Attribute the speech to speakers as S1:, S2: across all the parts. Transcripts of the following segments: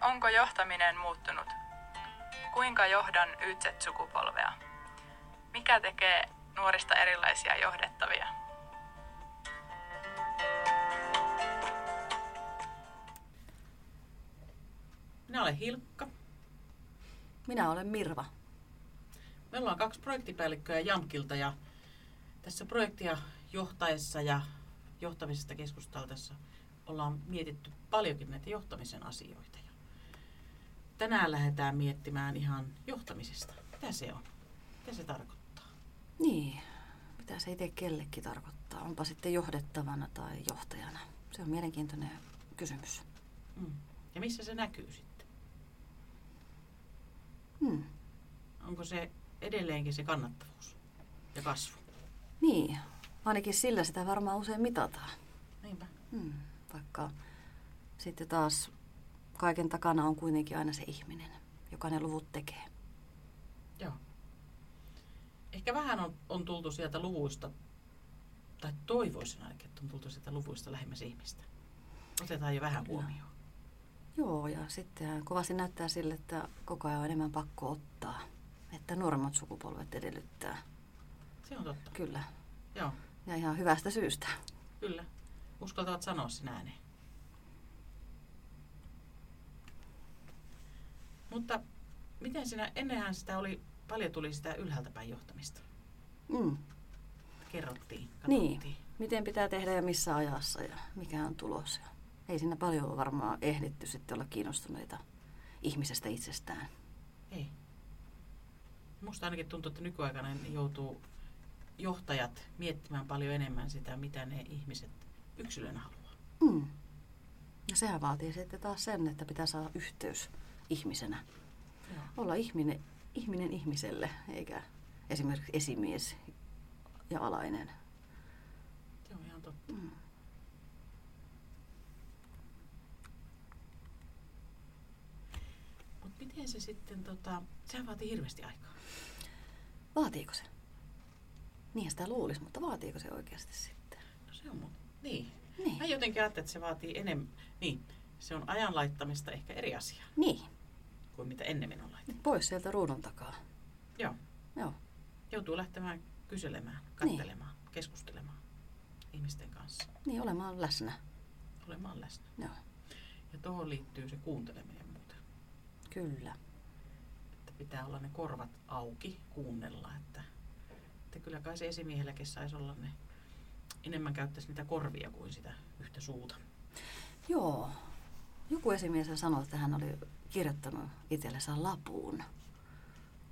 S1: Onko johtaminen muuttunut? Kuinka johdan YZ-sukupolvea? Mikä tekee nuorista erilaisia johdettavia?
S2: Minä olen Hilkka.
S3: Minä olen Mirva.
S2: Me ollaan kaksi projektipäällikköä Jamkilta ja tässä projektia johtaessa ja johtamisesta keskusteltaessa ollaan mietitty paljonkin näitä johtamisen asioita. Ja tänään lähdetään miettimään ihan johtamisesta. Mitä se on? Mitä se tarkoittaa?
S3: Niin, mitä se itse kellekin tarkoittaa? Onpa sitten johdettavana tai johtajana. Se on mielenkiintoinen kysymys.
S2: Mm. Ja missä se näkyy sitten?
S3: Hmm.
S2: Onko se edelleenkin se kannattavuus ja kasvu?
S3: Niin, ainakin sillä sitä varmaan usein mitataan.
S2: Niinpä.
S3: Hmm. Vaikka sitten taas kaiken takana on kuitenkin aina se ihminen, joka ne luvut tekee.
S2: Joo. Ehkä vähän on, on tultu sieltä luvuista, tai toivoisin ainakin, että on tultu sieltä luvuista lähemmäs ihmistä. Otetaan jo vähän
S3: Kyllä.
S2: huomioon.
S3: Joo, ja sittenhän kovasti näyttää sille, että koko ajan on enemmän pakko ottaa. Että nuoremmat sukupolvet edellyttää.
S2: Se on totta.
S3: Kyllä.
S2: Joo,
S3: Ja ihan hyvästä syystä.
S2: kyllä. Uskaltavat sanoa sen ääneen. Mutta miten sinä, ennenhän sitä oli, paljon tuli sitä ylhäältä päin johtamista.
S3: Mm.
S2: Kerrottiin,
S3: Niin.
S2: katsottiin.
S3: Miten pitää tehdä ja missä ajassa ja mikä on tulos. Ja ei siinä paljon ole varmaan ehditty sitten olla kiinnostuneita ihmisestä itsestään.
S2: Ei. Niin. Musta ainakin tuntuu, että nykyaikana joutuu johtajat miettimään paljon enemmän sitä, mitä ne ihmiset yksilönä haluaa.
S3: Mm. Ja sehän vaatii sitten taas sen, että pitää saada yhteys ihmisenä.
S2: Joo.
S3: Olla ihminen, ihminen ihmiselle, eikä esimerkiksi esimies ja alainen.
S2: Se on ihan totta.
S3: Mm.
S2: Mutta miten se sitten, tota, sehän vaatii hirveästi aikaa.
S3: Vaatiiko se? Niinhän sitä luulisi, mutta vaatiiko se oikeasti sitten?
S2: No se on mun. Niin. Mä
S3: Niin.
S2: jotenkin ajattelin, että se vaatii enemmän. Niin, se on ajan laittamista ehkä eri asia
S3: Niin.
S2: kuin mitä ennen on laitettu.
S3: Pois sieltä ruudun takaa.
S2: Joo.
S3: Joo.
S2: Joutuu lähtemään kyselemään, katselemaan, keskustelemaan ihmisten kanssa,
S3: Niin, olemaan läsnä.
S2: olemaan läsnä.
S3: Joo.
S2: Ja tuohon liittyy se kuunteleminen muuten.
S3: Kyllä.
S2: Että pitää olla ne korvat auki, kuunnella. Että, että kyllä kai se esimiehelläkin saisi olla ne, enemmän käyttäisi niitä korvia kuin sitä yhtä suuta.
S3: Joo. Joku esimies sanoi, että hän oli kirjoittanut itsellensä lapuun,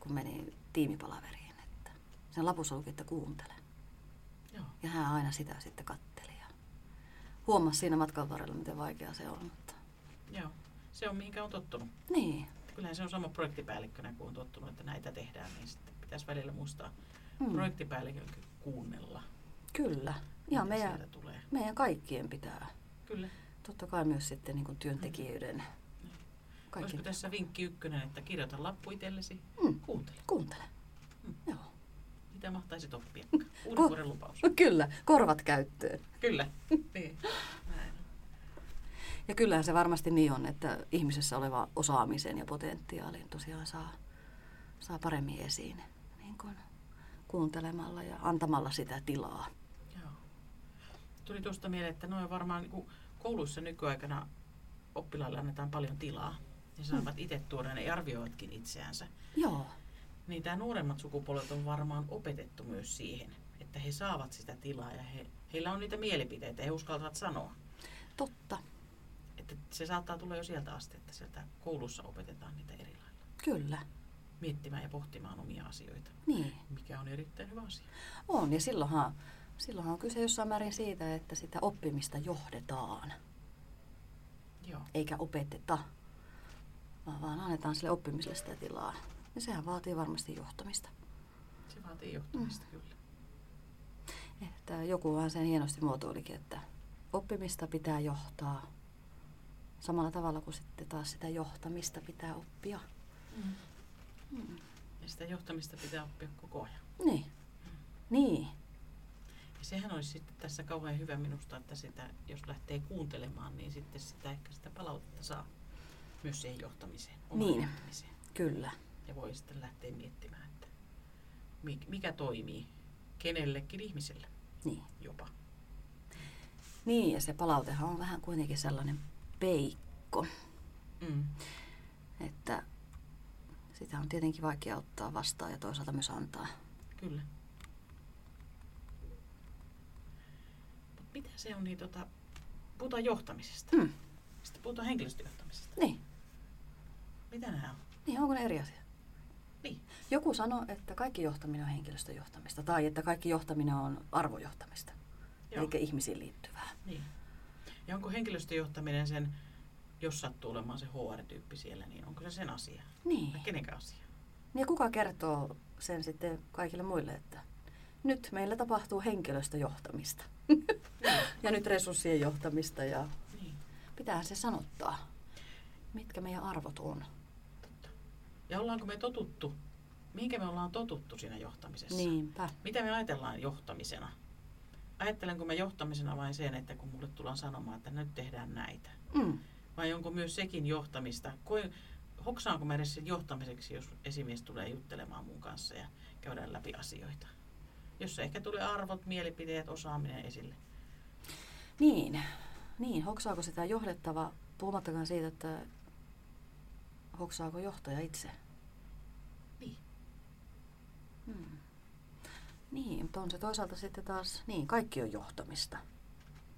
S3: kun meni tiimipalaveriin. Että sen lapussa luki, että kuuntele.
S2: Joo.
S3: Ja hän aina sitä sitten katteli. Ja huomasi siinä matkan varrella, miten vaikeaa se on. Mutta...
S2: Joo. Se on mihinkä on tottunut.
S3: Niin.
S2: Kyllähän se on sama projektipäällikkönä kuin on tottunut, että näitä tehdään, niin sitten pitäisi välillä muistaa
S3: Mm.
S2: mm. projektipäällikön kuunnella,
S3: Kyllä. Ihan
S2: mitä
S3: meidän,
S2: sieltä tulee.
S3: meidän kaikkien pitää.
S2: Kyllä.
S3: Totta kai myös sitten niin kuin työntekijöiden.
S2: Kaikki.
S3: Kaikki.
S2: Mm. Olisiko tässä vinkki ykkönen, että kirjoita lappu itsellesi,
S3: Mm.
S2: kuuntele.
S3: Kuuntele.
S2: Mm.
S3: Joo.
S2: Mitä mahtaisit oppia?
S3: Ko-
S2: Uuden vuoden lupaus.
S3: Kyllä. Korvat käyttöön.
S2: Kyllä. niin. Näin. on.
S3: Ja kyllähän se varmasti niin on, että ihmisessä oleva osaamisen ja potentiaalin tosiaan saa, saa paremmin esiin niin kuin kuuntelemalla ja antamalla sitä tilaa.
S2: Joo. Tuli tuosta mieleen, että noin varmaan niin kuin kouluissa nykyaikana oppilaille annetaan paljon tilaa. Ne saavat itse tuoda, ne arvioivatkin itseänsä.
S3: Joo,
S2: Niin tämä nuoremmat sukupolvet on varmaan opetettu myös siihen, että he saavat sitä tilaa ja he, heillä on niitä mielipiteitä, he uskaltavat sanoa.
S3: totta,
S2: Että se saattaa tulla jo sieltä asti, että sieltä koulussa opetetaan niitä eri lailla.
S3: kyllä,
S2: Miettimään ja pohtimaan omia asioita,
S3: niin
S2: mikä on erittäin hyvä asia.
S3: on. Ja silloinhan, silloinhan on kyse jossain määrin siitä, että sitä oppimista johdetaan,
S2: Joo,
S3: eikä opeteta, vaan, vaan annetaan sille oppimiselle sitä tilaa. Ja sehän vaatii varmasti johtamista.
S2: se vaatii johtamista mm. kyllä.
S3: Että jokuhan sen hienosti muotoilikin, että oppimista pitää johtaa samalla tavalla kuin sitten taas sitä johtamista pitää oppia.
S2: Mm.
S3: Mm.
S2: Ja sitä johtamista pitää oppia koko ajan.
S3: Niin. Niin.
S2: Ja sehän olisi sitten tässä kauhean hyvä minusta, että sitä, jos lähtee kuuntelemaan, niin sitten sitä ehkä sitä palautetta saa. myös siihen johtamiseen,
S3: Niin.
S2: johtamiseen.
S3: Kyllä.
S2: Ja voi sitten lähteä miettimään, että mi- mikä toimii kenellekin ihmiselle
S3: Niin.
S2: jopa.
S3: niin, ja se palautehan on vähän kuitenkin sellainen peikko,
S2: Mm.
S3: että sitä on tietenkin vaikea ottaa vastaan ja toisaalta myös antaa.
S2: Kyllä. Mut mitä se on, niin tota, puhutaan johtamisesta.
S3: Hmm.
S2: Sitten puhutaan henkilöstöjohtamisesta.
S3: Niin.
S2: Mitä nämä on?
S3: niin, onko ne eri asia?
S2: Niin.
S3: Joku sanoi, että kaikki johtaminen on henkilöstöjohtamista tai että kaikki johtaminen on arvojohtamista,
S2: Joo.
S3: eli ihmisiin liittyvää.
S2: Niin. Ja onko henkilöstöjohtaminen sen, jos sattuu olemaan se HR-tyyppi siellä, niin onko se sen asia?
S3: Niin.
S2: Vai kenenkä asia?
S3: Niin ja kuka kertoo sen sitten kaikille muille, että nyt meillä tapahtuu henkilöstöjohtamista ja nyt resurssien johtamista ja
S2: Niin,
S3: pitää se sanottaa, mitkä meidän arvot on.
S2: totta. Ja ollaanko me totuttu, mihinkä me ollaan totuttu siinä johtamisessa?
S3: Niinpä.
S2: Mitä me ajatellaan johtamisena? Ajattelenko me johtamisena vain sen, että kun mulle tullaan sanomaan, että nyt tehdään näitä?
S3: Mm.
S2: Vai onko myös sekin johtamista? Kuin, hoksaanko mä edes sen johtamiseksi, jos esimies tulee juttelemaan mun kanssa ja käydään läpi asioita? Jossa ehkä tulee arvot, mielipiteet, osaaminen esille.
S3: Niin. Niin, hoksaako sitä johdettava, puhumattakaan siitä, että hoksaako johtaja itse.
S2: Niin.
S3: Mm. Niin, mutta on se toisaalta sitten taas, niin, kaikki on johtamista.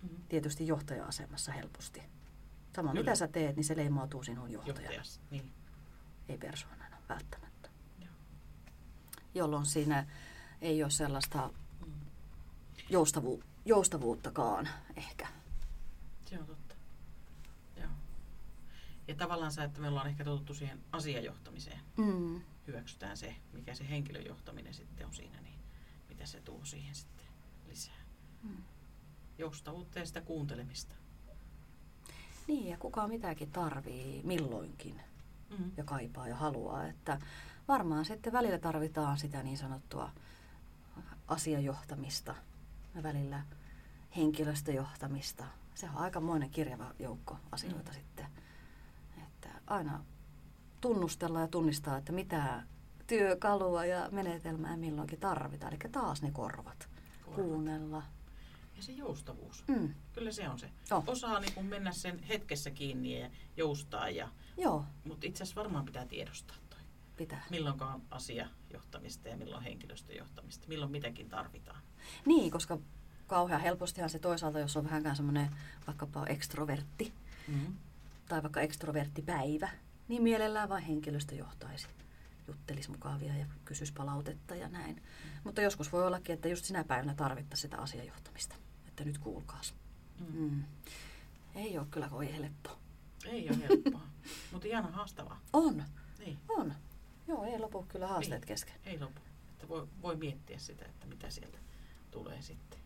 S2: Mm-hmm.
S3: Tietysti johtaja-asemassa helposti. Sama
S2: Kyllä.
S3: mitä sä teet, niin se leimautuu sinun johtajana,
S2: Johtajas. Niin.
S3: ei persoonana välttämättä.
S2: Joo.
S3: Jolloin siinä ei ole sellaista
S2: Mm.
S3: joustavu- joustavuuttakaan ehkä.
S2: Se on totta. Joo. Ja tavallaan se, että me ollaan ehkä totuttu siihen asiajohtamiseen.
S3: Mm.
S2: Hyväksytään se, mikä se henkilöjohtaminen sitten on siinä, niin mitä se tuo siihen sitten lisää.
S3: Mm.
S2: Joustavuutta ja sitä kuuntelemista.
S3: Niin, ja kuka mitäkin tarvii milloinkin
S2: Mm.
S3: ja kaipaa ja haluaa. Että varmaan sitten välillä tarvitaan sitä niin sanottua asiajohtamista ja välillä henkilöstöjohtamista. Se on aikamoinen kirjava joukko asioita
S2: Mm.
S3: mm. sitten. Että aina tunnustella ja tunnistaa, että mitä työkalua ja menetelmää milloinkin tarvitaan. Eli taas ne korvat.
S2: Kuunnella.
S3: Kuunnella.
S2: Ja se joustavuus.
S3: Mm.
S2: Kyllä se on se.
S3: Joo.
S2: Osaa niin kun mennä sen hetkessä kiinni ja joustaa. Ja,
S3: Joo,
S2: mutta itse asiassa varmaan pitää tiedostaa toi.
S3: pitää.
S2: Milloin on asiajohtamista ja milloin henkilöstöjohtamista. Milloin mitäkin tarvitaan.
S3: Niin, koska kauhean helpostihan se toisaalta, jos on vähänkään semmoinen vaikkapa ekstrovertti
S2: Mm.
S3: tai vaikka ekstroverttipäivä, niin mielellään vain henkilöstö johtaisi. Juttelisi mukavia ja kysyisi palautetta ja näin. Mutta joskus voi ollakin, että just sinä päivänä tarvittaisiin sitä asiajohtamista. Että nyt kuulkaas.
S2: Mm.
S3: Mm. Ei ole kyllä kovin helppo.
S2: Ei ole helppoa, mutta ihan haastavaa.
S3: On,
S2: Niin,
S3: on. Joo, ei lopu kyllä haasteet
S2: Niin.
S3: kesken.
S2: ei lopu. Että voi, voi miettiä sitä, että mitä sieltä tulee sitten.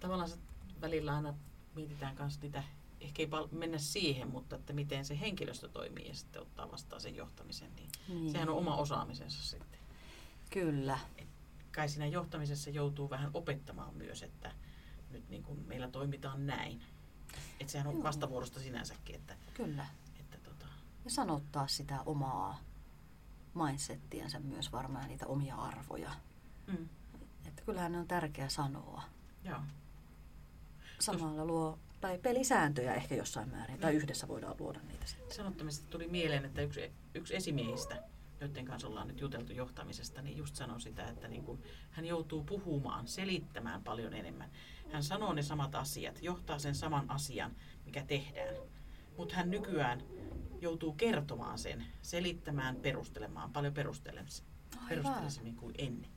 S2: Tavallaan se välillä aina mietitään myös niitä, ehkä ei pal- mennä siihen, mutta että miten se henkilöstö toimii ja sitten ottaa vastaan sen johtamisen. Niin
S3: Niin.
S2: Sehän on oma osaamisensa sitten.
S3: Kyllä.
S2: Kai siinä johtamisessa joutuu vähän opettamaan myös, että nyt niin kuin meillä toimitaan näin. Että sehän on
S3: Joo.
S2: vastavuorosta sinänsäkin, että,
S3: Kyllä.
S2: että tota,
S3: Ja sanottaa sitä omaa mindsettiänsä myös varmaan niitä omia arvoja.
S2: mm,
S3: Että kyllähän ne on tärkeää sanoa.
S2: joo.
S3: Samalla luo, tai pelisääntöjä ehkä jossain määrin, tai yhdessä voidaan luoda niitä sitten.
S2: sanottamisesta tuli mieleen, että yksi, yksi esimiehistä, joiden kanssa ollaan nyt juteltu johtamisesta, niin just sanoi sitä, että niin kun hän joutuu puhumaan, selittämään paljon enemmän. Hän sanoo ne samat asiat, johtaa sen saman asian, mikä tehdään. Mutta hän nykyään joutuu kertomaan sen, selittämään, perustelemaan, paljon perustelemis- perustelisemmin kuin ennen.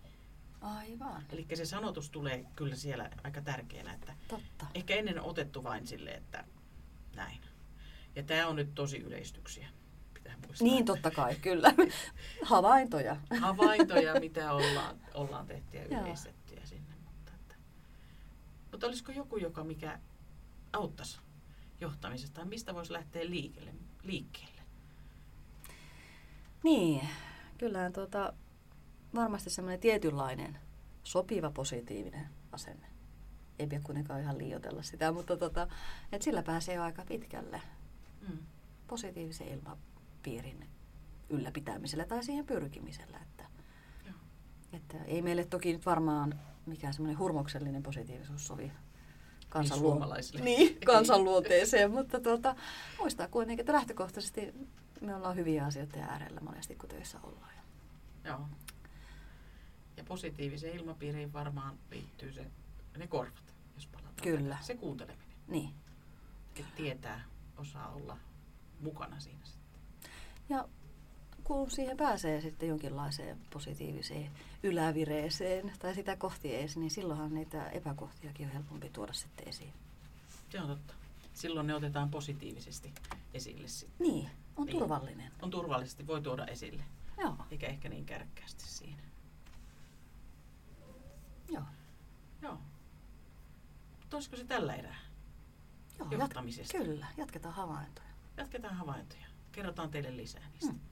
S3: Aivan,
S2: Eli se sanotus tulee kyllä siellä aika tärkeänä, että
S3: totta.
S2: ehkä ennen on otettu vain sille, että näin. Ja tämä on nyt tosi yleistyksiä. Pitää muistaa.
S3: Niin totta kai, kyllä. Havaintoja.
S2: Havaintoja, mitä ollaan, ollaan tehty ja
S3: Joo.
S2: yleistettyjä sinne. Mutta, että. mutta olisiko joku, joka mikä auttaisi johtamisesta? Tai Mistä voisi lähteä liikelle, liikkeelle?
S3: Niin, kyllähän tuota, varmasti semmoinen tietynlainen sopiva positiivinen asenne. Ei tuota, pidä kuitenkaan ihan liioitella sitä, mutta tota, et sillä pääsee jo aika pitkälle.
S2: Mm.
S3: positiivisen ilmapiirin ylläpitämisellä tai siihen pyrkimisellä. Että,
S2: Joo.
S3: että ei meille toki nyt varmaan mikään semmoinen hurmoksellinen positiivisuus sovi kansanluo-
S2: suomalaisille.
S3: niin, kansanluonteeseen, mutta tuota, muistaa kuitenkin, että lähtökohtaisesti me ollaan hyviä asioita äärellä monesti, kun töissä ollaan.
S2: Joo. Ja positiiviseen ilmapiiriin varmaan liittyy se, ne korvat, jos palataan.
S3: Kyllä.
S2: takaisin. Se kuunteleminen.
S3: Niin.
S2: Että tietää, osaa olla mukana siinä sitten.
S3: Ja kun siihen pääsee sitten jonkinlaiseen positiiviseen ylävireeseen tai sitä kohti ees, niin silloinhan niitä epäkohtiakin on helpompi tuoda sitten esiin.
S2: Se on totta. Silloin ne otetaan positiivisesti esille sitten.
S3: Niin, on
S2: Niin.
S3: turvallinen.
S2: On turvallisesti, voi tuoda esille,
S3: Joo,
S2: eikä ehkä niin kärkkäästi siinä.
S3: joo.
S2: Joo. Mutta olisiko se tällä erää?
S3: joo
S2: Johtamisesta.
S3: kyllä, jatketaan havaintoja.
S2: Jatketaan havaintoja. Kerrotaan teille lisää niistä.
S3: Mm.
S2: Mm.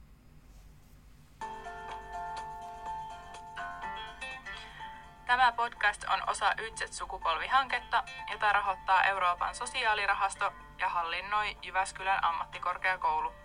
S1: Tämä podcast on osa Ytset-sukupolvihanketta, jota rahoittaa Euroopan sosiaalirahasto ja hallinnoi Jyväskylän ammattikorkeakoulu.